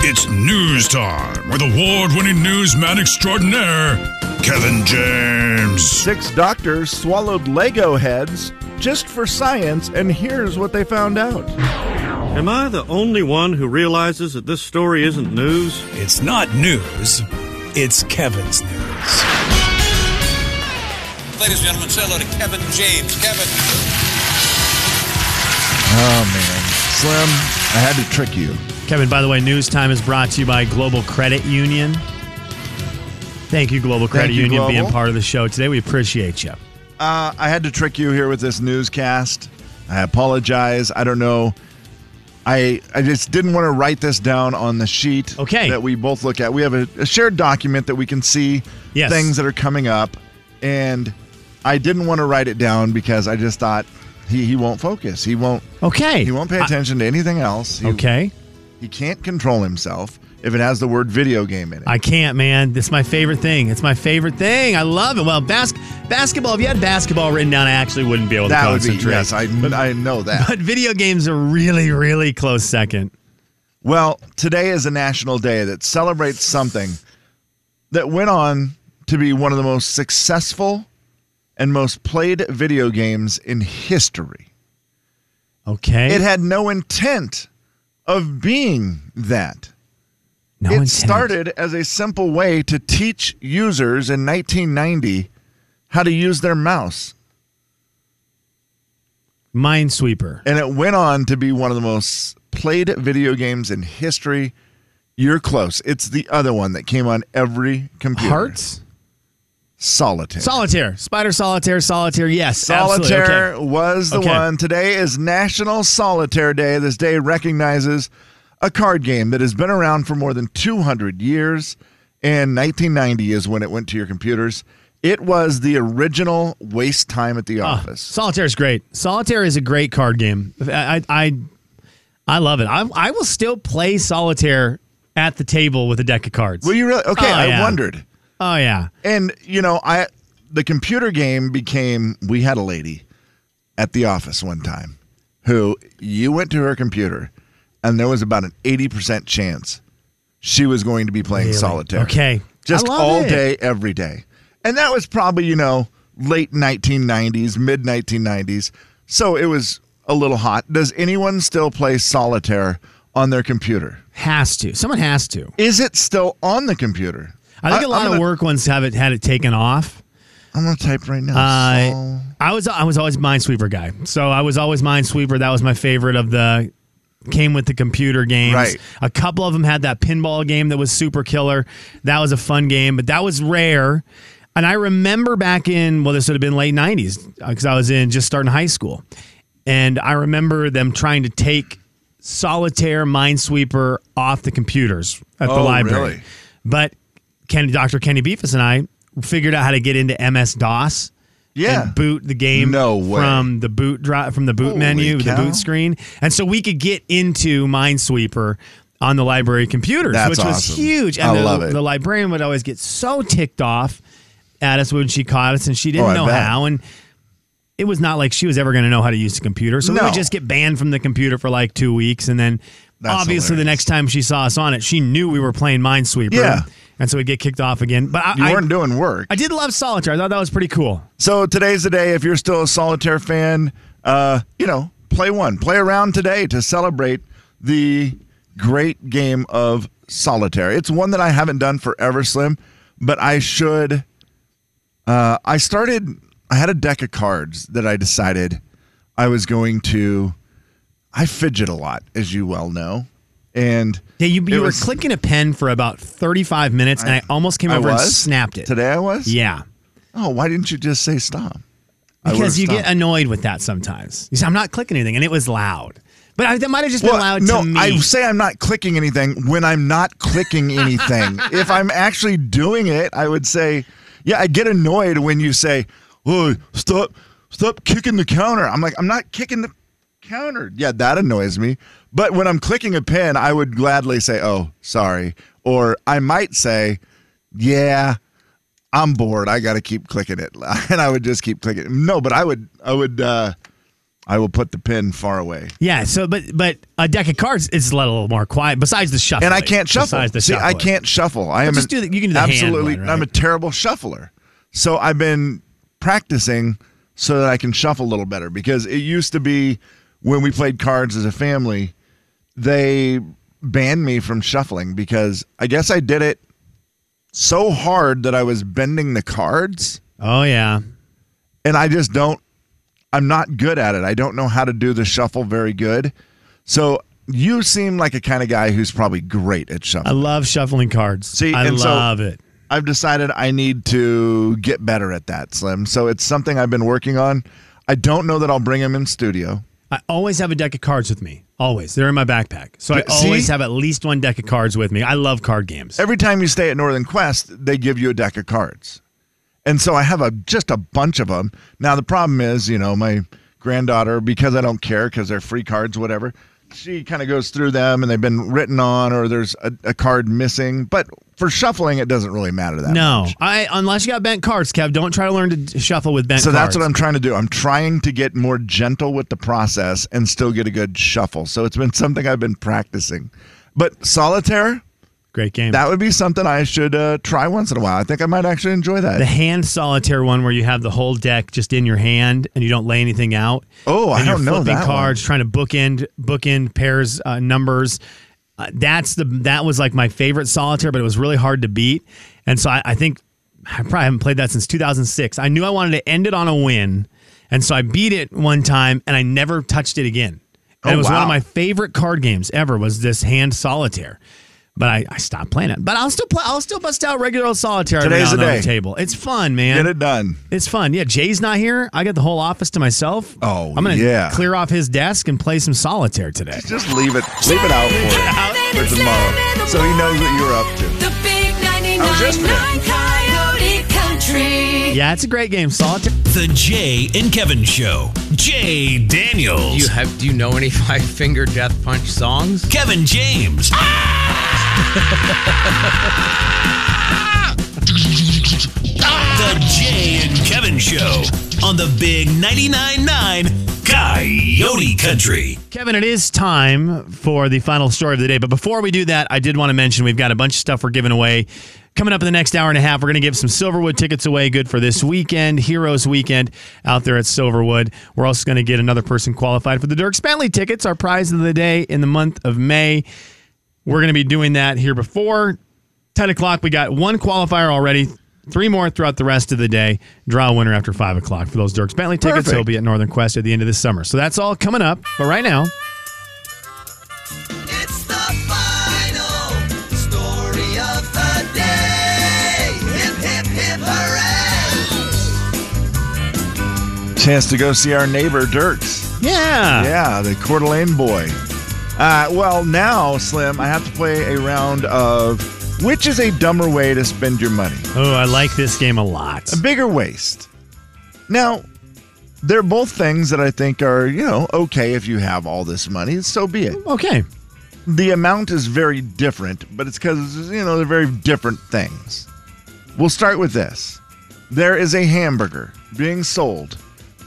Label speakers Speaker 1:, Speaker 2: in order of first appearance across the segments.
Speaker 1: It's news time with award winning newsman extraordinaire, Kevin James.
Speaker 2: Six doctors swallowed Lego heads just for science, and here's what they found out.
Speaker 3: Am I the only one who realizes that this story isn't news?
Speaker 4: It's not news, it's Kevin's news.
Speaker 5: Ladies and gentlemen, say hello to Kevin James. Kevin.
Speaker 2: Oh, man. Slim, I had to trick you.
Speaker 6: Kevin, by the way, News Time is brought to you by Global Credit Union. Thank you, Global Credit
Speaker 2: you,
Speaker 6: Union,
Speaker 2: Global.
Speaker 6: being part of the show today. We appreciate you.
Speaker 2: Uh, I had to trick you here with this newscast. I apologize. I don't know. I, I just didn't want to write this down on the sheet
Speaker 6: Okay.
Speaker 2: that we both look at. We have a, a shared document that we can see
Speaker 6: Yes.
Speaker 2: things that are coming up. And I didn't want to write it down because I just thought he, he won't focus. He won't
Speaker 6: Okay.
Speaker 2: he won't pay attention to anything else. He,
Speaker 6: I, okay.
Speaker 2: He can't control himself if it has the word video game in it.
Speaker 6: I can't, man. This is my favorite thing. It's my favorite thing. I love it. Well, bas- basketball, if you had basketball written down, I actually wouldn't be able to
Speaker 2: that would be
Speaker 6: concentrate.
Speaker 2: yes. I I know that.
Speaker 6: but video games are really, really close second.
Speaker 2: Well, today is a national day that celebrates something that went on to be one of the most successful and most played video games in history.
Speaker 6: Okay.
Speaker 2: It had no intent of being that.
Speaker 6: no
Speaker 2: it
Speaker 6: intent.
Speaker 2: started as a simple way to teach users in 1990 how to use their mouse.
Speaker 6: Minesweeper.
Speaker 2: And it went on to be one of the most played video games in history. You're close. It's the other one that came on every computer.
Speaker 6: Hearts?
Speaker 2: Solitaire.
Speaker 6: Solitaire. Spider Solitaire, Solitaire. Yes. absolutely. Okay.
Speaker 2: Solitaire was the
Speaker 6: Okay.
Speaker 2: one. Today is National Solitaire Day. This day recognizes a card game that has been around for more than 200 years, and 1990 is when it went to your computers. It was the original waste time at the
Speaker 6: Ah,
Speaker 2: office.
Speaker 6: Solitaire is great. Solitaire is a great card game. I I I, I love it. I I will still play solitaire at the table with a deck of cards.
Speaker 2: Well, you really? Okay,
Speaker 6: Oh,
Speaker 2: I
Speaker 6: yeah.
Speaker 2: wondered.
Speaker 6: oh yeah.
Speaker 2: And you know, I the computer game became we had a lady at the office one time who you went to her computer and there was about an 80% chance she was going to be playing
Speaker 6: Really?
Speaker 2: solitaire.
Speaker 6: Okay.
Speaker 2: Just
Speaker 6: I love
Speaker 2: all
Speaker 6: it.
Speaker 2: day every day. And that was probably, you know, late 1990s, mid 1990s. So it was a little hot. Does anyone still play solitaire on their computer?
Speaker 6: Has to. Someone has to.
Speaker 2: Is it still on the computer?
Speaker 6: I think a
Speaker 2: I'm
Speaker 6: lot
Speaker 2: gonna-
Speaker 6: of work ones have it had it taken off.
Speaker 2: I'm going to type right now.
Speaker 6: Uh,
Speaker 2: Sol-
Speaker 6: I was I was always Minesweeper guy. So I was always Minesweeper. That was my favorite of the came with the computer games.
Speaker 2: Right.
Speaker 6: A couple of them had that pinball game that was super killer. That was a fun game, but that was rare. And I remember back in well, this would have been late '90s because I was in just starting high school, and I remember them trying to take solitaire minesweeper off the computers at the
Speaker 2: Oh,
Speaker 6: library.
Speaker 2: really?
Speaker 6: But Ken, Dr. Kenny Beefus and I figured out how to get into MS DOS
Speaker 2: Yeah.
Speaker 6: and boot the game
Speaker 2: No way.
Speaker 6: from the boot dri- from the boot
Speaker 2: Holy
Speaker 6: menu,
Speaker 2: cow.
Speaker 6: the boot screen, and so we could get into Minesweeper on the library computers,
Speaker 2: That's
Speaker 6: which
Speaker 2: awesome.
Speaker 6: was huge. And
Speaker 2: I
Speaker 6: the,
Speaker 2: love it.
Speaker 6: the librarian would always get so ticked off at us when she caught us, and she
Speaker 2: Oh,
Speaker 6: didn't
Speaker 2: I
Speaker 6: know
Speaker 2: bet.
Speaker 6: how and. It was not like she was ever going to know how to use the computer, so we
Speaker 2: No.
Speaker 6: would just get banned from the computer for like two weeks, and then
Speaker 2: That's
Speaker 6: obviously the
Speaker 2: hilarious.
Speaker 6: next time she saw us on it, she knew we were playing Minesweeper,
Speaker 2: Yeah.
Speaker 6: and so we would get kicked off again. But I,
Speaker 2: You
Speaker 6: I-
Speaker 2: weren't doing work.
Speaker 6: I did love solitaire; I thought that was pretty cool.
Speaker 2: so today's the day. If you're still a solitaire fan, uh, you know, play one, play around today to celebrate the great game of solitaire. It's one that I haven't done forever, Slim, but I should. Uh, I started. I had a deck of cards that I decided I was going to. I fidget a lot, as you well know, and
Speaker 6: Yeah, you,
Speaker 2: it
Speaker 6: you were
Speaker 2: was-
Speaker 6: clicking a pen for about 35 minutes, and I almost came
Speaker 2: I
Speaker 6: over and
Speaker 2: was
Speaker 6: snapped it.
Speaker 2: today. I was.
Speaker 6: Yeah.
Speaker 2: Oh, why didn't you just say stop? I would've
Speaker 6: Because you get
Speaker 2: stopped.
Speaker 6: annoyed with that sometimes. You say, I'm not clicking anything, and it was loud. But I, that might have just been loud
Speaker 2: no,
Speaker 6: to me.
Speaker 2: I say I'm not clicking anything when I'm not clicking anything. if I'm actually doing it, I would say, yeah, I get annoyed when you say, "Oh, stop, stop kicking the counter." I'm like, I'm not kicking the counter. Yeah, that annoys me. But when I'm clicking a pen, I would gladly say, "Oh, sorry," or I might say, "Yeah." I'm bored. I got to keep clicking it, and I would just keep clicking. it. No, but I would, I would, uh, I will put the pin far away.
Speaker 6: Yeah. So, but but a deck of cards is a little more quiet. Besides the shuffle,
Speaker 2: And I can't shuffle.
Speaker 6: Besides the
Speaker 2: See, I
Speaker 6: shuffling.
Speaker 2: can't shuffle. I am
Speaker 6: just
Speaker 2: an-
Speaker 6: do the- you can do the hand
Speaker 2: absolutely.
Speaker 6: one, right?
Speaker 2: I'm a terrible shuffler. So I've been practicing so that I can shuffle a little better because it used to be when we played cards as a family, they banned me from shuffling because I guess I did it so hard that I was bending the cards
Speaker 6: Oh yeah.
Speaker 2: and I just don't. I'm not good at it. I don't know how to do the shuffle very good. So you seem like a kind of guy who's probably great at shuffling.
Speaker 6: I love shuffling cards.
Speaker 2: See,
Speaker 6: I
Speaker 2: and so-
Speaker 6: love it.
Speaker 2: I've decided I need to get better at that, Slim. So it's something I've been working on. I don't know that I'll bring him in studio.
Speaker 6: I always have a deck of cards with me. Always. They're in my backpack. So I
Speaker 2: Yeah, see?
Speaker 6: always have at least one deck of cards with me. I love card games.
Speaker 2: Every time you stay at Northern Quest, they give you a deck of cards. And so I have a just a bunch of them. Now the problem is, you know, my granddaughter because I don't care because they're free cards whatever. She kind of goes through them and they've been written on or there's a, a card missing, but for shuffling it doesn't really matter that
Speaker 6: No.
Speaker 2: much.
Speaker 6: I unless you got bent cards, Kev, don't try to learn to d- shuffle with bent
Speaker 2: So
Speaker 6: cards.
Speaker 2: that's what I'm trying to do. I'm trying to get more gentle with the process and still get a good shuffle. So it's been something I've been practicing. But solitaire,
Speaker 6: Great game.
Speaker 2: that would be something I should uh, try once in a while. I think I might actually enjoy that.
Speaker 6: the hand solitaire one where you have the whole deck just in your hand and you don't lay anything out.
Speaker 2: Oh, I
Speaker 6: And you're
Speaker 2: don't know
Speaker 6: flipping
Speaker 2: that
Speaker 6: cards, trying to bookend bookend pairs uh, numbers. Uh, that's the that was like my favorite solitaire, but it was really hard to beat. And so I, I think I probably haven't played that since 2006. I knew I wanted to end it on a win, and so I beat it one time, and I never touched it again. And
Speaker 2: Oh,
Speaker 6: it was one
Speaker 2: wow.
Speaker 6: of my favorite card games ever. Was this hand solitaire? But I, I stopped playing it. But I'll still play. I'll still bust out regular old solitaire. every
Speaker 2: Today's
Speaker 6: now and
Speaker 2: the
Speaker 6: then on
Speaker 2: day.
Speaker 6: table. It's fun, man.
Speaker 2: Get it done.
Speaker 6: It's fun. Yeah, Jay's not here. I got the whole office to myself.
Speaker 2: Oh,
Speaker 6: I'm gonna
Speaker 2: yeah.
Speaker 6: clear off his desk and play some solitaire today.
Speaker 2: Just leave it, leave it out for, for tomorrow, so he knows what you're up to.
Speaker 7: The big 99
Speaker 2: I was just there.
Speaker 7: Coyote Country.
Speaker 6: Yeah, it's a great game. Solitaire.
Speaker 4: The Jay and Kevin Show. Jay Daniels.
Speaker 8: Do you have? Do you know any Five Finger Death Punch songs?
Speaker 4: Kevin James. the Jay and Kevin Show on the Big 99.9 Coyote Country.
Speaker 6: Kevin, it is time for the final story of the day. But before we do that, I did want to mention we've got a bunch of stuff we're giving away. Coming up in the next hour and a half, we're going to give some Silverwood tickets away, good for this weekend, Heroes Weekend out there at Silverwood. We're also going to get another person qualified for the Dirk Spanley tickets, our prize of the day in the month of May. We're going to be doing that here before 10 o'clock. We got one qualifier already, three more throughout the rest of the day. Draw a winner after 5 o'clock for those Dirk Bentley tickets.
Speaker 2: Perfect.
Speaker 6: They'll be at Northern Quest at the end of this summer. So that's all coming up. But right now,
Speaker 9: It's the final story of the day. Hip, hip, hip, hooray!
Speaker 2: Chance to go see our neighbor Dirks.
Speaker 6: yeah.
Speaker 2: Yeah, the Coeur d'Alene boy. Uh, well, now Slim, I have to play a round of which is a dumber way to spend your money.
Speaker 6: Oh, I like this game a lot.
Speaker 2: bigger waist. Now, they're both things that I think are, you know, okay if you have all this money, so be it.
Speaker 6: Okay.
Speaker 2: The amount is very different, but it's because, you know, they're very different things. We'll start with this there is a hamburger being sold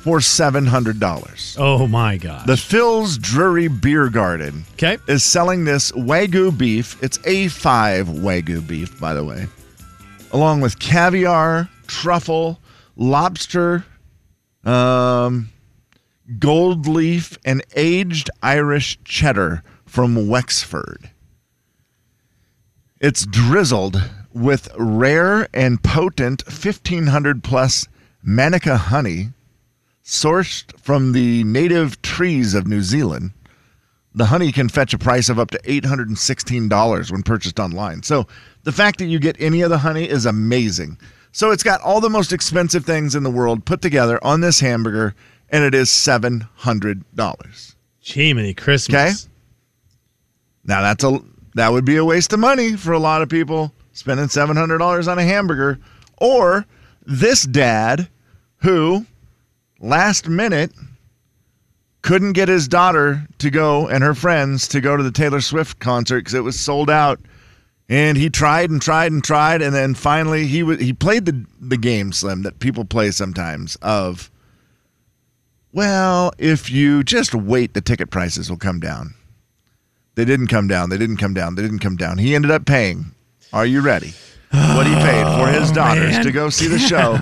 Speaker 2: for $700.
Speaker 6: Oh my god.
Speaker 2: The Phil's Drury Beer Garden
Speaker 6: Okay.
Speaker 2: is selling this Wagyu beef. It's A5 Wagyu beef, by the way, along with caviar, truffle, lobster, um, gold leaf, and aged Irish cheddar from Wexford. It's drizzled with rare and potent 1500 plus Manuka honey sourced from the native trees of New Zealand. The honey can fetch a price of up to $816 when purchased online. So the fact that you get any of the honey is amazing. So it's got all the most expensive things in the world put together on this hamburger, and it is $700.
Speaker 6: Jiminy Christmas.
Speaker 2: Okay. Now that's a that would be a waste of money for a lot of people spending seven hundred dollars on a hamburger, or this dad who last minute couldn't get his daughter to go and her friends to go to the Taylor Swift concert because it was sold out. And he tried and tried and tried, and then finally he wa he played the the game Slim that people play sometimes of Well, if you just wait, the ticket prices will come down. They didn't come down. They didn't come down. They didn't come down. He ended up paying. Are you ready? What he paid for his daughters
Speaker 6: Oh, man.
Speaker 2: to go see the show.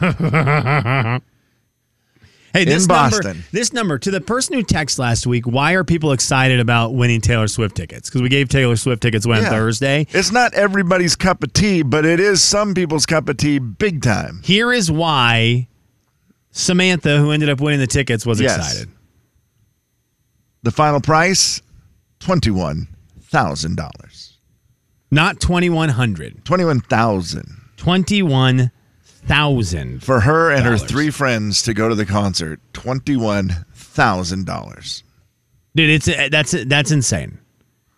Speaker 6: Hey, this number,
Speaker 2: Boston.
Speaker 6: this number to the person who texted last week. Why are people excited about winning Taylor Swift tickets? Because we gave Taylor Swift tickets away on
Speaker 2: Yeah.
Speaker 6: Thursday.
Speaker 2: It's not everybody's cup of tea, but it is some people's cup of tea big time.
Speaker 6: Here is why Samantha, who ended up winning the tickets, was
Speaker 2: Yes.
Speaker 6: excited.
Speaker 2: The final price $21,000.
Speaker 6: Not twenty one hundred,
Speaker 2: 21,000
Speaker 6: twenty one thousand.
Speaker 2: for her and her
Speaker 6: Dollars.
Speaker 2: three friends to go to the concert. $21,000.
Speaker 6: Dude, it's uh, that's that's insane.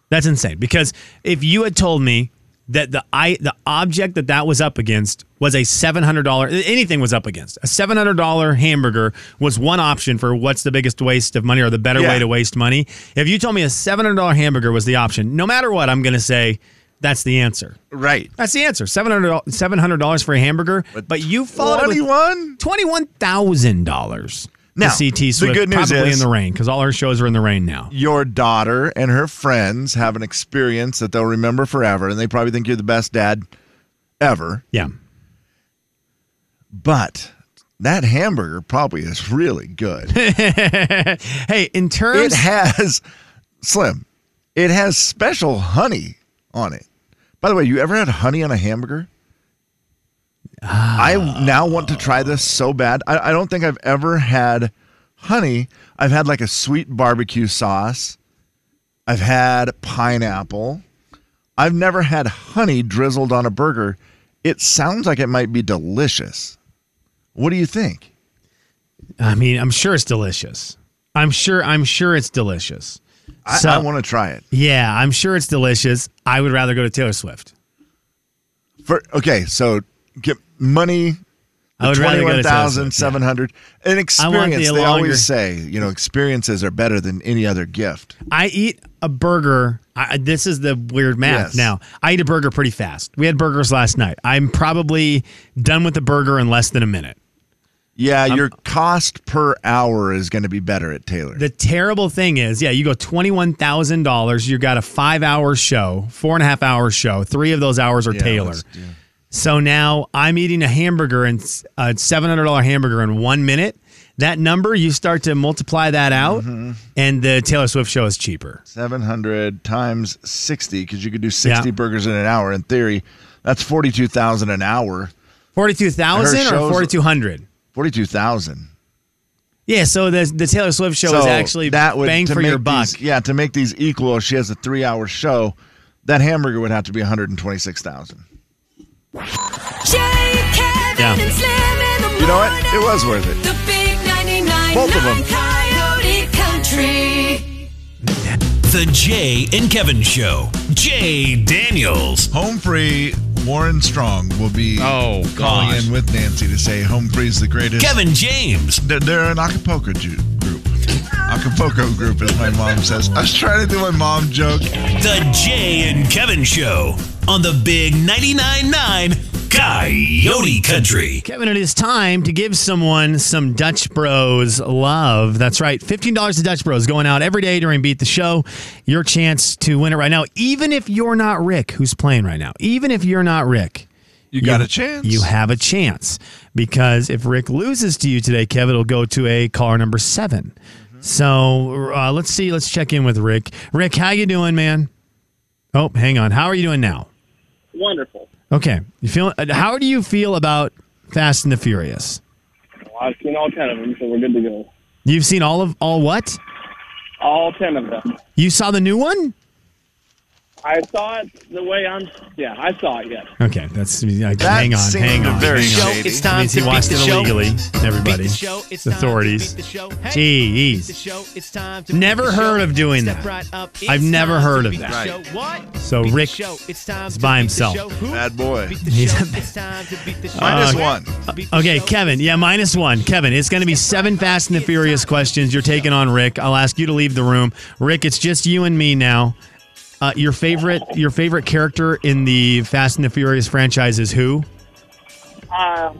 Speaker 6: That's insane because if you had told me that the I the object that that was up against was a seven hundred dollar anything was up against a seven hundred dollar hamburger was one option for what's the biggest waste of money or the better
Speaker 2: Yeah.
Speaker 6: way to waste money. If you told me a seven hundred dollar hamburger was the option, no matter what, I'm going to say that's the answer.
Speaker 2: Right.
Speaker 6: That's the answer. $700, dollars for a hamburger, but, you followed it with
Speaker 2: 21?
Speaker 6: twenty-one thousand dollars.
Speaker 2: Now,
Speaker 6: CT
Speaker 2: the
Speaker 6: Swift
Speaker 2: good news
Speaker 6: probably
Speaker 2: is-
Speaker 6: in the rain because all her shows are in the rain now.
Speaker 2: Your daughter and her friends have an experience that they'll remember forever, and they probably think you're the best dad ever.
Speaker 6: Yeah.
Speaker 2: But that hamburger probably is really good.
Speaker 6: Hey, in
Speaker 2: it
Speaker 6: terms,
Speaker 2: has slim it has special honey on it by the way you ever had honey on a hamburger i now want to try this so bad I, I don't think i've ever had honey i've had like a sweet barbecue sauce i've had pineapple i've never had honey drizzled on a burger it sounds like it might be delicious what do you think
Speaker 6: I mean, I'm sure it's delicious. I'm sure. I'm sure it's delicious.
Speaker 2: i,
Speaker 6: So-
Speaker 2: I want to try it
Speaker 6: Yeah, I'm sure it's delicious. I would rather go to Taylor Swift.
Speaker 2: For okay, so get money.
Speaker 6: I would
Speaker 2: Twenty-one
Speaker 6: rather go to Taylor Swift,
Speaker 2: thousand seven hundred. An experience. They
Speaker 6: longer-
Speaker 2: always say, you know, experiences are better than any other gift.
Speaker 6: I eat a burger. I, this is the weird math
Speaker 2: Yes.
Speaker 6: now. I eat a burger pretty fast. We had burgers last night. I'm probably done with the burger in less than a minute.
Speaker 2: Yeah,
Speaker 6: Um,
Speaker 2: your cost per hour is going to be better at Taylor.
Speaker 6: The terrible thing is, yeah, you go twenty-one thousand dollars. You got a five-hour show, four and a half hour show. Three of those hours are
Speaker 2: Yeah,
Speaker 6: Taylor.
Speaker 2: let's do-
Speaker 6: So now I'm eating a hamburger and s- a seven hundred dollar hamburger in one minute. That number you start to multiply that out,
Speaker 2: Mm-hmm.
Speaker 6: and the Taylor Swift show is cheaper.
Speaker 2: Seven hundred times sixty, because you could do sixty
Speaker 6: Yeah.
Speaker 2: burgers in an hour. In theory, that's forty-two thousand an hour.
Speaker 6: Forty-two thousand
Speaker 2: Her
Speaker 6: or
Speaker 2: shows-
Speaker 6: forty-two hundred.
Speaker 2: Forty-two thousand.
Speaker 6: Yeah, so the the Taylor Swift show is actually bang
Speaker 2: to
Speaker 6: for your
Speaker 2: make
Speaker 6: buck.
Speaker 2: these- yeah, to make these equal, she has a three-hour show. That hamburger would have to be one hundred and twenty-six thousand.
Speaker 7: Jay, Kevin,
Speaker 6: Yeah.
Speaker 7: and Slim in the
Speaker 2: You know what?
Speaker 7: morning.
Speaker 2: It was worth it.
Speaker 7: The big 99
Speaker 2: Both of 'em.
Speaker 7: Coyote Country.
Speaker 4: The Jay and Kevin Show. Jay Daniels.
Speaker 2: Home free, Warren Strong will be
Speaker 8: Oh,
Speaker 2: calling
Speaker 8: gosh.
Speaker 2: in with Nancy to say home free's the greatest.
Speaker 4: Kevin James.
Speaker 2: They're, they're an Acapulco ju- group. Acapulco group, as my mom says. I was trying to do my mom joke.
Speaker 4: The Jay and Kevin Show on the Big 99.9 9 Coyote Country.
Speaker 6: Kevin, it is time to give someone some Dutch Bros love. That's right. $15 to Dutch Bros going out every day during Beat the Show. Your chance to win it right now. Even if you're not Rick, who's playing right now, even if you're not Rick,
Speaker 2: You got a chance.
Speaker 6: You have a chance because if Rick loses to you today, Kevin will go to a caller number 7
Speaker 8: Mm-hmm.
Speaker 6: So uh, let's see. Let's check in with Rick. Rick, how you doing, man? Oh, hang on. How are you doing now?
Speaker 10: wonderful.
Speaker 6: Okay, you feel? uh, How do you feel about Fast and the Furious?
Speaker 10: I've seen all ten of them, so we're good to go.
Speaker 6: You've seen all of all what?
Speaker 10: All ten of them.
Speaker 6: You saw the new one?
Speaker 10: I saw it the way I'm. Yeah, I saw it. Yes.
Speaker 6: Okay, that's I-
Speaker 2: That
Speaker 6: hang on,
Speaker 2: seemed
Speaker 6: hang on.
Speaker 2: very
Speaker 6: hang on.
Speaker 2: shady.
Speaker 8: It's
Speaker 6: That
Speaker 8: time
Speaker 6: means
Speaker 8: to
Speaker 6: he
Speaker 8: beat
Speaker 6: watched
Speaker 8: the
Speaker 6: it
Speaker 8: show.
Speaker 6: illegally. Everybody,
Speaker 8: Beat the show. It's time to
Speaker 6: authorities.
Speaker 8: beat the show. Hey, beat the
Speaker 6: Jeez.
Speaker 8: show. It's time to
Speaker 6: Never
Speaker 8: beat the
Speaker 6: heard
Speaker 8: show.
Speaker 6: of doing
Speaker 8: Step
Speaker 6: that.
Speaker 8: right up.
Speaker 6: I've
Speaker 8: It's
Speaker 6: never
Speaker 8: time to
Speaker 6: heard of
Speaker 8: beat the
Speaker 2: that.
Speaker 8: show. What?
Speaker 6: So
Speaker 8: Beat the
Speaker 6: Rick
Speaker 8: show. It's time
Speaker 6: is
Speaker 8: to
Speaker 6: by
Speaker 8: beat the
Speaker 6: himself.
Speaker 8: show. Who?
Speaker 2: Bad boy.
Speaker 8: Beat the
Speaker 6: He's
Speaker 8: show.
Speaker 6: a-
Speaker 8: It's time to beat the show.
Speaker 2: Minus
Speaker 8: Uh,
Speaker 2: one.
Speaker 8: Beat the
Speaker 6: Okay,
Speaker 8: show.
Speaker 6: Kevin. Yeah, minus one. Kevin, it's going to be seven Fast and the Furious questions. You're taking on Rick. I'll ask you to leave the room. Rick, it's just you and me now. Uh, your favorite, your favorite character in the Fast and the Furious franchise is who?
Speaker 10: Um,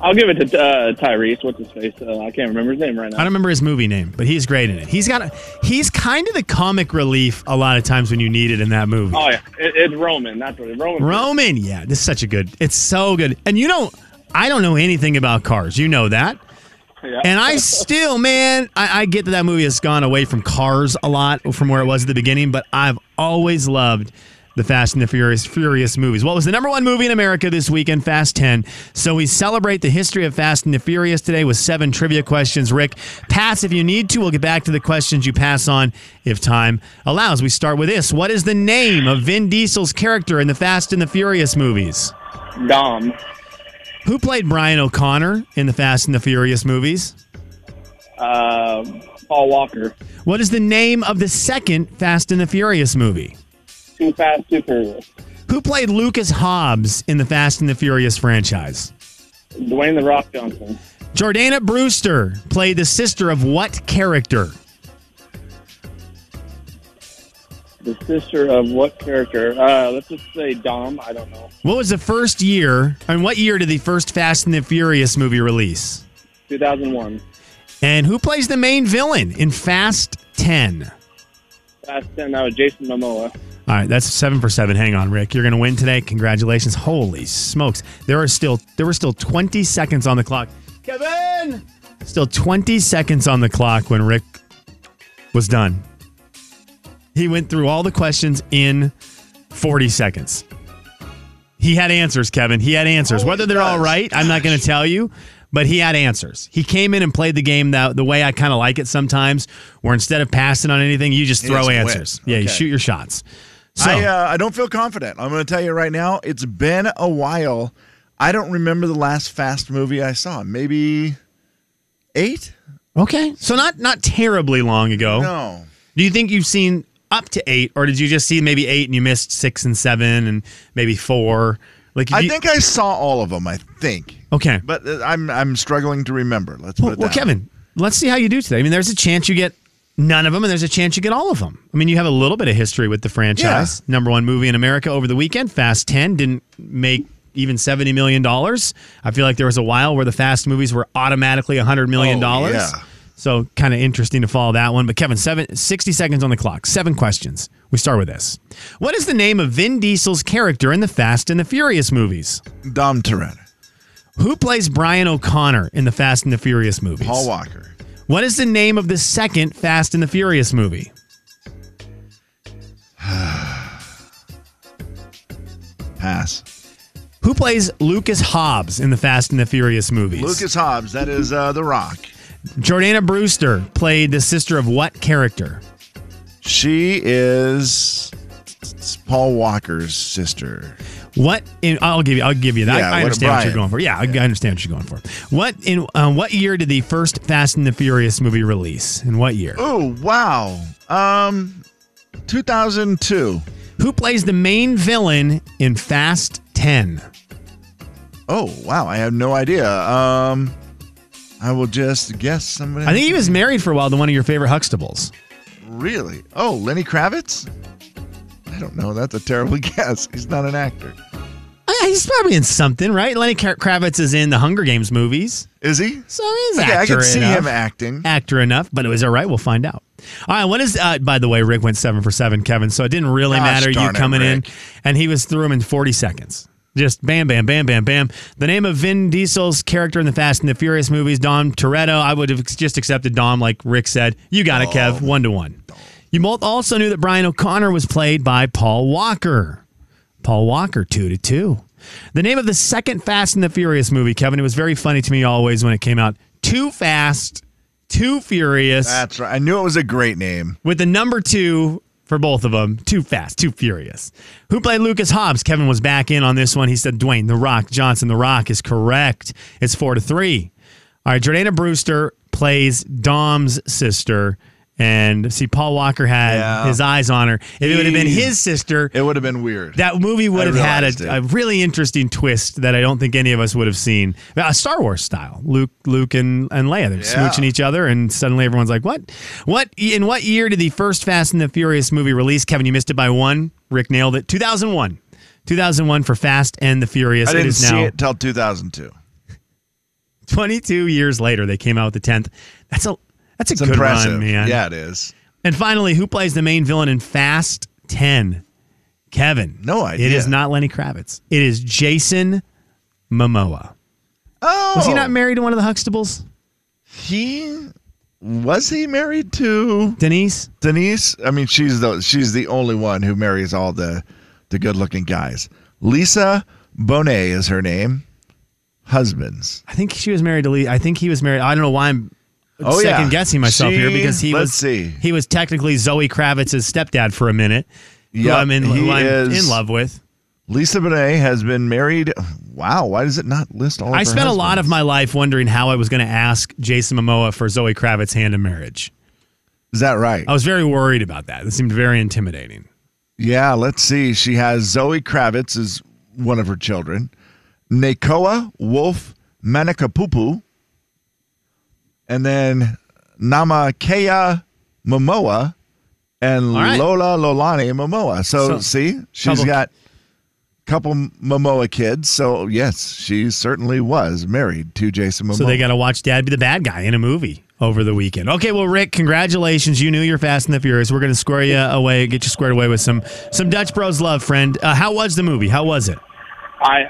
Speaker 10: I'll give it to uh, Tyrese. What's his face? Uh, I can't remember his name
Speaker 6: I
Speaker 10: right now.
Speaker 6: don't remember his movie name, but he's great in it. He's got a, he's kind of the comic relief a lot of times when you need it in that movie.
Speaker 10: Oh yeah, it, it's Roman. That's what it Roman.
Speaker 6: Roman, yeah, this is such a good. It's so good. And you know, I don't know anything about cars. You know that.
Speaker 10: Yeah.
Speaker 6: And I still, man, I, I get that that movie has gone away from cars a lot from where it was at the beginning, but I've always loved the Fast and the Furious Furious movies. What was the number one movie in America this weekend? Fast 10. So we celebrate the history of Fast and the Furious today with seven trivia questions. Rick, pass if you need to. We'll get back to the questions you pass on if time allows. We start with this. What is the name of Vin Diesel's character in the Fast and the Furious movies?
Speaker 10: Dom.
Speaker 6: Who played Brian O'Connor in the Fast and the Furious movies?
Speaker 10: Uh, Paul Walker.
Speaker 6: What is the name of the second Fast and the Furious movie?
Speaker 10: Too fast, too furious.
Speaker 6: Who played Lucas Hobbs in the Fast and the Furious franchise?
Speaker 10: Dwayne the Rock Johnson.
Speaker 6: Jordana Brewster played the sister of what character?
Speaker 10: The sister of what character? Uh, let's just say Dom. I don't know.
Speaker 6: What was the first year, and what year did the first Fast and the Furious movie release?
Speaker 10: 2001.
Speaker 6: And who plays the main villain in Fast 10?
Speaker 10: Fast 10. That was Jason Momoa.
Speaker 6: All right, that's seven for seven. Hang on, Rick. You're going to win today. Congratulations! Holy smokes! There are still there were still 20 seconds on the clock. Kevin, still 20 seconds on the clock when Rick was done. He went through all the questions in 40 seconds. He had answers, Kevin. He had answers. Whether they're all right, I'm not going to tell you, but he had answers. He came in and played the game that, the way I kind of like it sometimes, where instead of passing on anything, you just
Speaker 2: He
Speaker 6: throw
Speaker 2: just went.
Speaker 6: answers. Yeah, you
Speaker 2: Okay.
Speaker 6: shoot your shots. So,
Speaker 2: I, uh, I don't feel confident. I'm going to tell you right now. It's been a while. I don't remember the last Fast movie I saw. Maybe eight?
Speaker 6: okay. So, not not terribly long ago.
Speaker 2: No.
Speaker 6: Do you think you've seen up to eight, or did you just see maybe eight and you missed six and seven and maybe four? Like, if
Speaker 2: I
Speaker 6: you-
Speaker 2: think I saw all of them. I think,
Speaker 6: Okay.
Speaker 2: but uh, I'm I'm struggling to remember. Let's put
Speaker 6: Well,
Speaker 2: it
Speaker 6: well,
Speaker 2: that way.
Speaker 6: Kevin, let's see how you do today. I mean, there's a chance you get none of them, and there's a chance you get all of them. I mean, you have a little bit of history with the franchise. Number one movie in America over the weekend, Fast 10, didn't make even $70 million. I feel like there was a while where the Fast movies were automatically $100 million.
Speaker 2: Oh, yeah.
Speaker 6: So kind of interesting to follow that one. But Kevin, seven, 60 seconds on the clock, seven questions. We start with this. What is the name of Vin Diesel's character in the Fast and the Furious movies?
Speaker 2: Dom Toretto,
Speaker 6: Who plays Brian O'Connor in the Fast and the Furious movies?
Speaker 2: Paul Walker,
Speaker 6: What is the name of the second Fast and the Furious movie?
Speaker 2: pass.
Speaker 6: Who plays Lucas Hobbs in the Fast and the Furious movies?
Speaker 2: Lucas Hobbs. That is uh, The Rock.
Speaker 6: Jordana Brewster played the sister of what character?
Speaker 2: She is Paul Walker's sister.
Speaker 6: What in I'll give you I'll give you that.
Speaker 2: Yeah,
Speaker 6: I, I
Speaker 2: what-
Speaker 6: understand what you're
Speaker 2: Brian.
Speaker 6: going for. Yeah, I- I understand what you're going for. What in um, what year did the first Fast and the Furious movie release? In what year?
Speaker 2: Oh wow. Um, 2002.
Speaker 6: Who plays the main villain in Fast 10?
Speaker 2: Oh wow. I have no idea. Um, I will just guess somebody.
Speaker 6: I think he was married for a while to one of your favorite Huxtables.
Speaker 2: Really? Oh, Lenny Kravitz? I don't know. That's a terrible guess. He's not an actor.
Speaker 6: I- He's probably in something, right? Lenny Kra- Kravitz is in the Hunger Games movies.
Speaker 2: Is he?
Speaker 6: So he's
Speaker 2: Okay,
Speaker 6: actor
Speaker 2: I can see
Speaker 6: enough.
Speaker 2: him acting.
Speaker 6: actor enough, but it was all right. We'll find out. All right, what is? Uh, by the way, Rick went seven for seven, Kevin. So it didn't really
Speaker 2: Gosh
Speaker 6: matter you
Speaker 2: darn it,
Speaker 6: coming in,
Speaker 2: Rick.
Speaker 6: and he was through him in forty seconds. Just bam, bam, bam, bam, bam. The name of Vin Diesel's character in the Fast and the Furious movies, Dom Toretto. I would have just accepted Dom, like Rick said. You got it, Kev. One to one. You both also knew that Brian O'Connor was played by Paul Walker. Paul Walker, two to two. The name of the second Fast and the Furious movie, Kevin. It was very funny to me always when it came out. Too fast, too furious.
Speaker 2: That's right. I knew it was a great name.
Speaker 6: with the number two for both of them. Too fast, too furious. Who played Lucas Hobbs? Kevin was back in on this one. He said Dwayne The Rock Johnson. The Rock is correct. It's four to three. All right, Jordana Brewster plays Dom's sister. And see, Paul Walker had
Speaker 2: Yeah.
Speaker 6: his eyes on her. If it would have been
Speaker 2: Jeez.
Speaker 6: his sister,
Speaker 2: It would have been weird.
Speaker 6: that movie would
Speaker 2: I
Speaker 6: have had
Speaker 2: realized
Speaker 6: a, a
Speaker 2: it.
Speaker 6: really interesting twist that I don't think any of us would have seen. A Star Wars style. Luke, Luke, and, and Leia. They're
Speaker 2: Yeah.
Speaker 6: smooching each other, and suddenly everyone's like, what? What? In what year did the first Fast and the Furious movie release? Kevin, you missed it by one. Rick nailed it. 2001. 2001 for Fast and the Furious.
Speaker 2: I
Speaker 6: it
Speaker 2: didn't
Speaker 6: is now
Speaker 2: see it till 2002.
Speaker 6: 22 years later, they came out with the 10th. That's a that's a
Speaker 2: It's
Speaker 6: good
Speaker 2: impressive.
Speaker 6: run, man.
Speaker 2: Yeah, it is.
Speaker 6: And finally, who plays the main villain in Fast 10? Kevin.
Speaker 2: No idea.
Speaker 6: It is not Lenny Kravitz. It is Jason Momoa.
Speaker 2: Oh,
Speaker 6: Was he not married to one of the Huxtables?
Speaker 2: He was he married to
Speaker 6: Denise?
Speaker 2: Denise? I mean, she's the she's the only one who marries all the the good looking guys. Lisa Bonet is her name. Husbands.
Speaker 6: I think she was married to Lee. I think he was married. I don't know why I'm
Speaker 2: Oh, yeah.
Speaker 6: second guessing myself
Speaker 2: She-
Speaker 6: here because he
Speaker 2: let's
Speaker 6: was
Speaker 2: see.
Speaker 6: he was technically Zoe Kravitz's stepdad for a minute. who
Speaker 2: Yep,
Speaker 6: I'm in, who
Speaker 2: he
Speaker 6: I'm
Speaker 2: is-
Speaker 6: in love with.
Speaker 2: Lisa Bonet has been married. Wow, why does it not list all? Of
Speaker 6: I
Speaker 2: her
Speaker 6: spent a lot of
Speaker 2: husbands?
Speaker 6: my life wondering how I was going to ask Jason Momoa for Zoe Kravitz's hand in marriage.
Speaker 2: Is that right?
Speaker 6: I was very worried about that. It seemed very intimidating.
Speaker 2: Yeah, let's see. She has Zoe Kravitz as one of her children, Nakoa Wolf Manakapupu, and then Namakea Momoa and
Speaker 6: All right.
Speaker 2: Lola Lolani Momoa. So,
Speaker 6: So-
Speaker 2: see, she's
Speaker 6: Couple-
Speaker 2: got a couple Momoa kids. So yes, she certainly was married to Jason Momoa.
Speaker 6: So they got to watch Dad be the bad guy in a movie over the weekend. Okay, well, Rick, congratulations. You knew you're Fast and the Furious. We're going to square you away, get you squared away with some some Dutch Bros love, friend. Uh, how was the movie? How was it?
Speaker 10: I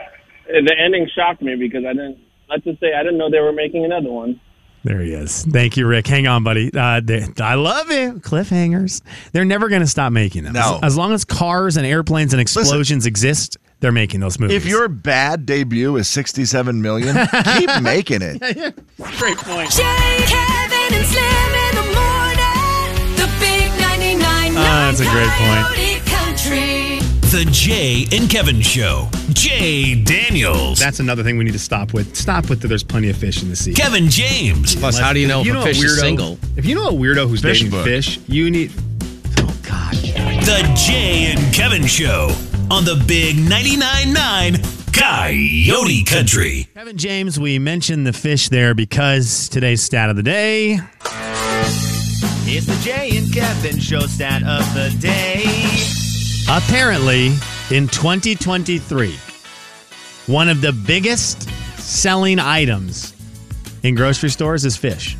Speaker 10: the ending shocked me because I didn't. Let's just say I didn't know they were making another one.
Speaker 6: There he is. Thank you, Rick. Hang on, buddy. Uh, they, I love it. Cliffhangers. They're never going to stop making them.
Speaker 2: No.
Speaker 6: As, as long as cars and airplanes and explosions exist, they're making those movies.
Speaker 2: if your bad debut is 67 million, keep making it.
Speaker 3: Great point.
Speaker 7: Jay, Kevin, and Slim in the morning. The big 99.9
Speaker 6: Ah, that's a great point.
Speaker 7: Coyote Country.
Speaker 4: The Jay and Kevin Show. Jay Daniels.
Speaker 6: That's another thing we need to stop with. Stop with the there's plenty of fish in the sea.
Speaker 4: Kevin James.
Speaker 8: Plus, how do you know if a fish is single?
Speaker 6: If you know a weirdo who's
Speaker 2: Fish
Speaker 6: dating
Speaker 2: book.
Speaker 6: fish, you need. Oh God.
Speaker 4: The Jay and Kevin Show on the Big 99.9 Coyote Country.
Speaker 6: Kevin James, we mentioned the fish there because today's stat of the day. It's the Jay and Kevin show stat of the day. Apparently, in 2023, one of the biggest selling items in grocery stores is fish.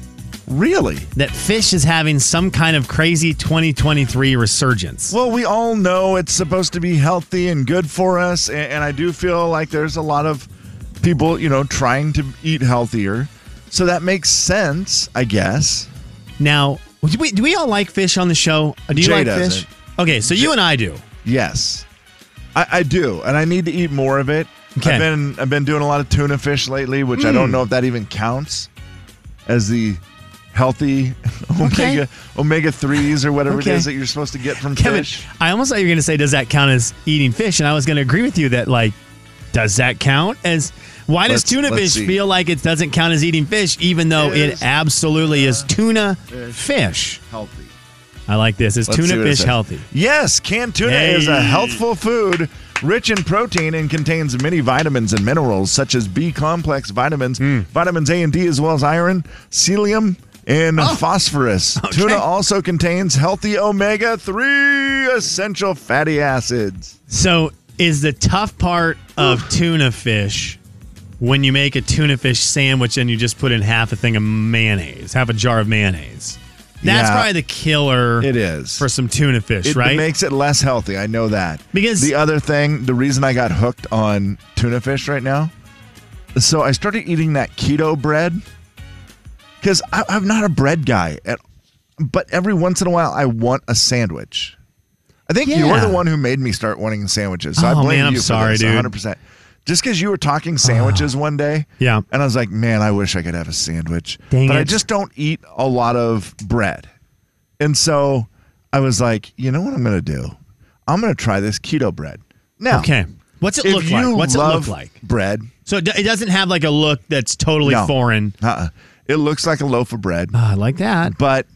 Speaker 2: Really?
Speaker 6: That fish is having some kind of crazy 2023 resurgence.
Speaker 2: Well, we all know it's supposed to be healthy and good for us, a- and, I do feel like there's a lot of people, you know, trying to eat healthier. So that makes sense, I guess.
Speaker 6: Now, do we, do we all like fish on the show? Do you
Speaker 2: Jay
Speaker 6: like
Speaker 2: doesn't.
Speaker 6: fish? Okay, so you and I do.
Speaker 2: Yes, I, I do, and I need to eat more of it.
Speaker 6: Okay. Hmm.
Speaker 2: I've been I've been doing a lot of tuna fish lately, which I don't know if that even counts as the healthy omega omega threes or whatever
Speaker 6: Okay.
Speaker 2: it is that you're supposed to get from
Speaker 6: Kevin,
Speaker 2: fish.
Speaker 6: I almost thought you were going to say, does that count as eating fish? And I was going to agree with you that, like, does that count as. Why does
Speaker 2: Let's-
Speaker 6: tuna
Speaker 2: let's
Speaker 6: fish
Speaker 2: see.
Speaker 6: feel like it doesn't count as eating fish, even though it,
Speaker 2: Is
Speaker 6: absolutely is tuna fish?
Speaker 2: Healthy.
Speaker 6: I like this. Is
Speaker 2: Let's see
Speaker 6: tuna
Speaker 2: what it
Speaker 6: fish
Speaker 2: says.
Speaker 6: healthy?
Speaker 2: Yes, canned tuna
Speaker 6: Hey.
Speaker 2: is a healthful food rich in protein and contains many vitamins and minerals such as B complex vitamins,
Speaker 6: Hmm.
Speaker 2: vitamins A and D, as well as iron, selenium, and
Speaker 6: Oh.
Speaker 2: phosphorus. Tuna also contains healthy omega 3 essential fatty acids.
Speaker 6: So, is the tough part of tuna fish when you make a tuna fish sandwich and you just put in half a thing of mayonnaise, half a jar of mayonnaise? That's
Speaker 2: Yeah.
Speaker 6: probably the killer
Speaker 2: It is.
Speaker 6: for some tuna fish,
Speaker 2: it
Speaker 6: right?
Speaker 2: makes it less healthy. I know that.
Speaker 6: Because-
Speaker 2: the other thing, the reason I got hooked on tuna fish right now, so I started eating that keto bread because I'm not a bread guy at, but every once in a while I want a sandwich. I think you were
Speaker 6: Yeah.
Speaker 2: the one who made me start wanting sandwiches. So I
Speaker 6: Oh,
Speaker 2: blame
Speaker 6: man, I'm
Speaker 2: you for
Speaker 6: sorry,
Speaker 2: this,
Speaker 6: dude. Ah.
Speaker 2: 100%. Just because you were talking sandwiches one day,
Speaker 6: Yeah.
Speaker 2: and I was like, "Man, I wish I could have a sandwich,"
Speaker 6: Dang
Speaker 2: but I
Speaker 6: it.
Speaker 2: just don't eat a lot of bread. And so I was like, you know what I'm going to do? I'm going to try this keto bread. Now,
Speaker 6: Okay. What's it
Speaker 2: if
Speaker 6: look
Speaker 2: you
Speaker 6: like? What's it
Speaker 2: love
Speaker 6: look like?
Speaker 2: bread,
Speaker 6: So it, do- it doesn't have like a look that's totally
Speaker 2: No.
Speaker 6: foreign. Ah,
Speaker 2: uh-uh. it looks like a loaf of bread,
Speaker 6: I like that.
Speaker 2: but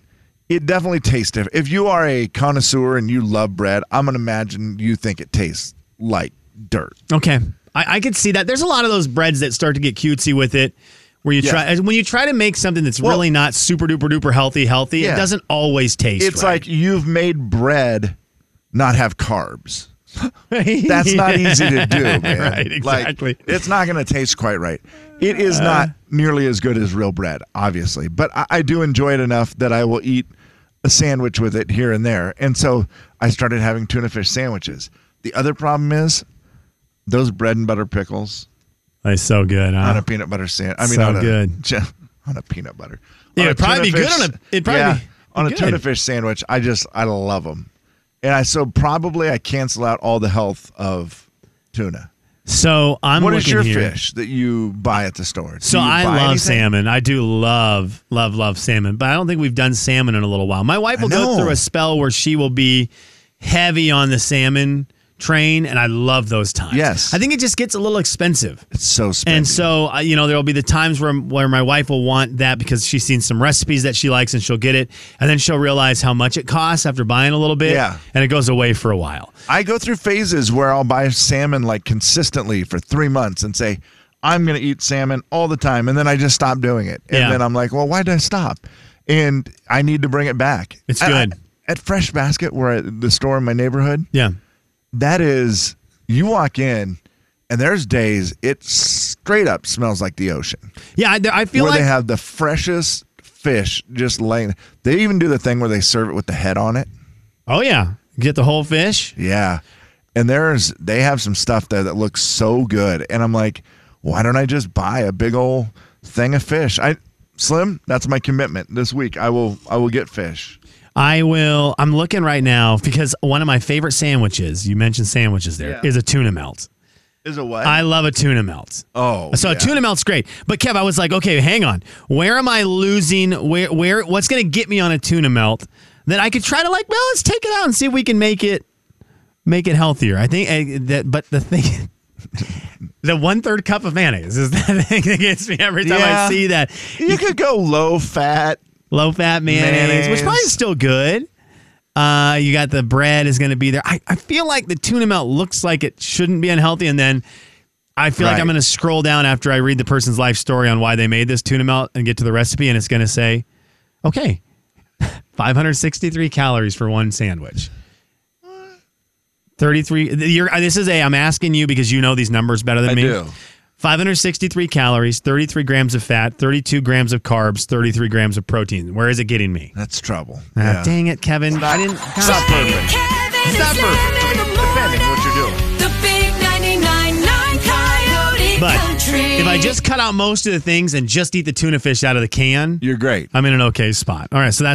Speaker 2: it definitely tastes different. If you are a connoisseur and you love bread, I'm going to imagine you think it tastes like dirt.
Speaker 6: Okay. I, I could see that. There's a lot of those breads that start to get cutesy with it. Where you
Speaker 2: Yeah.
Speaker 6: try when you try to make something that's
Speaker 2: Well-
Speaker 6: really not super duper duper healthy, healthy,
Speaker 2: Yeah.
Speaker 6: it doesn't always taste.
Speaker 2: It's
Speaker 6: right.
Speaker 2: like you've made bread not have carbs. That's not easy to do, man.
Speaker 6: Right, exactly. Uh.
Speaker 2: Like, it's not going to taste quite right. It is not nearly as good as real bread, obviously, but I, I do enjoy it enough that I will eat a sandwich with it here and there. And so I started having tuna fish sandwiches. The other problem is those bread and butter pickles
Speaker 6: That's so good. Huh?
Speaker 2: on a peanut butter sandwich. I mean,
Speaker 6: So
Speaker 2: on a,
Speaker 6: good.
Speaker 2: ju- on a peanut butter.
Speaker 6: Yeah,
Speaker 2: On a
Speaker 6: it'd probably
Speaker 2: tuna
Speaker 6: be good on a- it'd probably be
Speaker 2: on a
Speaker 6: good.
Speaker 2: tuna fish sandwich. I just I love them, and I so probably I cancel out all the health of tuna.
Speaker 6: so I'm
Speaker 2: What is
Speaker 6: looking
Speaker 2: your
Speaker 6: here.
Speaker 2: fish that you buy at the store? Do
Speaker 6: So
Speaker 2: you
Speaker 6: I
Speaker 2: buy
Speaker 6: love
Speaker 2: anything?
Speaker 6: salmon. I do love, love, love salmon. But I don't think we've done salmon in a little while. My wife will
Speaker 2: know.
Speaker 6: go through a spell where she will be heavy on the salmon train, and I love those times.
Speaker 2: Yes.
Speaker 6: I think it just gets a little expensive.
Speaker 2: It's so spendy.
Speaker 6: And so, I- you know, there will be the times where, where my wife will want that because she's seen some recipes that she likes and she'll get it. And then she'll realize how much it costs after buying a little bit.
Speaker 2: Yeah.
Speaker 6: And it goes away for a while.
Speaker 2: I go through phases where I'll buy salmon like consistently for three months and say, I'm going to eat salmon all the time. And then I just stop doing it. And
Speaker 6: Yeah.
Speaker 2: then I'm like, well, why did I stop? And I need to bring it back.
Speaker 6: It's
Speaker 2: And I-
Speaker 6: good.
Speaker 2: at Fresh Basket, where I, the store in my neighborhood,
Speaker 6: Yeah.
Speaker 2: that is, you walk in and there's days it straight up smells like the ocean
Speaker 6: Yeah. I, I feel
Speaker 2: where
Speaker 6: like.
Speaker 2: they have the freshest fish just laying. They even do the thing where they serve it with the head on it.
Speaker 6: oh, yeah. Get the whole fish.
Speaker 2: Yeah. And there's they have some stuff there that looks so good. And I'm like, why don't I just buy a big old thing of fish? I Slim, that's my commitment this week. I will I will get fish.
Speaker 6: I will. I'm looking right now because one of my favorite sandwiches, you mentioned sandwiches there, is a tuna melt.
Speaker 2: Is it what?
Speaker 6: I love a tuna melt.
Speaker 2: oh.
Speaker 6: So
Speaker 2: yeah.
Speaker 6: a tuna melt's great. But Kev, I was like, okay, hang on. Where am I losing? Where, where, what's going to get me on a tuna melt that I could try to like, well, let's take it out and see if we can make it, make it healthier. I think uh, that, but the thing, the one third cup of mayonnaise is the thing that gets me every time I
Speaker 2: Yeah.
Speaker 6: see that
Speaker 2: You could go low fat.
Speaker 6: low fat mayonnaise, which probably is still good. Uh, you got the bread is going to be there. I, I feel like the tuna melt looks like it shouldn't be unhealthy, and then I feel like
Speaker 2: Right.
Speaker 6: I'm going to scroll down after I read the person's life story on why they made this tuna melt and get to the recipe, and it's going to say, okay, 563 calories for one sandwich. 33 you're, uh, this is a i'm asking you because you know these numbers better than
Speaker 2: I
Speaker 6: me
Speaker 2: do.
Speaker 6: 563 calories 33 grams of fat 32 grams of carbs 33 grams of protein where is it getting me
Speaker 2: That's trouble.
Speaker 6: Ah,
Speaker 2: yeah.
Speaker 6: dang it kevin i didn't
Speaker 2: It's not perfect.
Speaker 7: Kevin and
Speaker 2: Not
Speaker 7: Slim
Speaker 2: perfect.
Speaker 7: in the
Speaker 2: Depending what you're doing.
Speaker 7: morning. The big 99.9 Coyote
Speaker 6: but
Speaker 7: Country.
Speaker 6: if i just cut out most of the things and just eat the tuna fish out of the can
Speaker 2: You're great.
Speaker 6: i'm in an okay spot all right so that's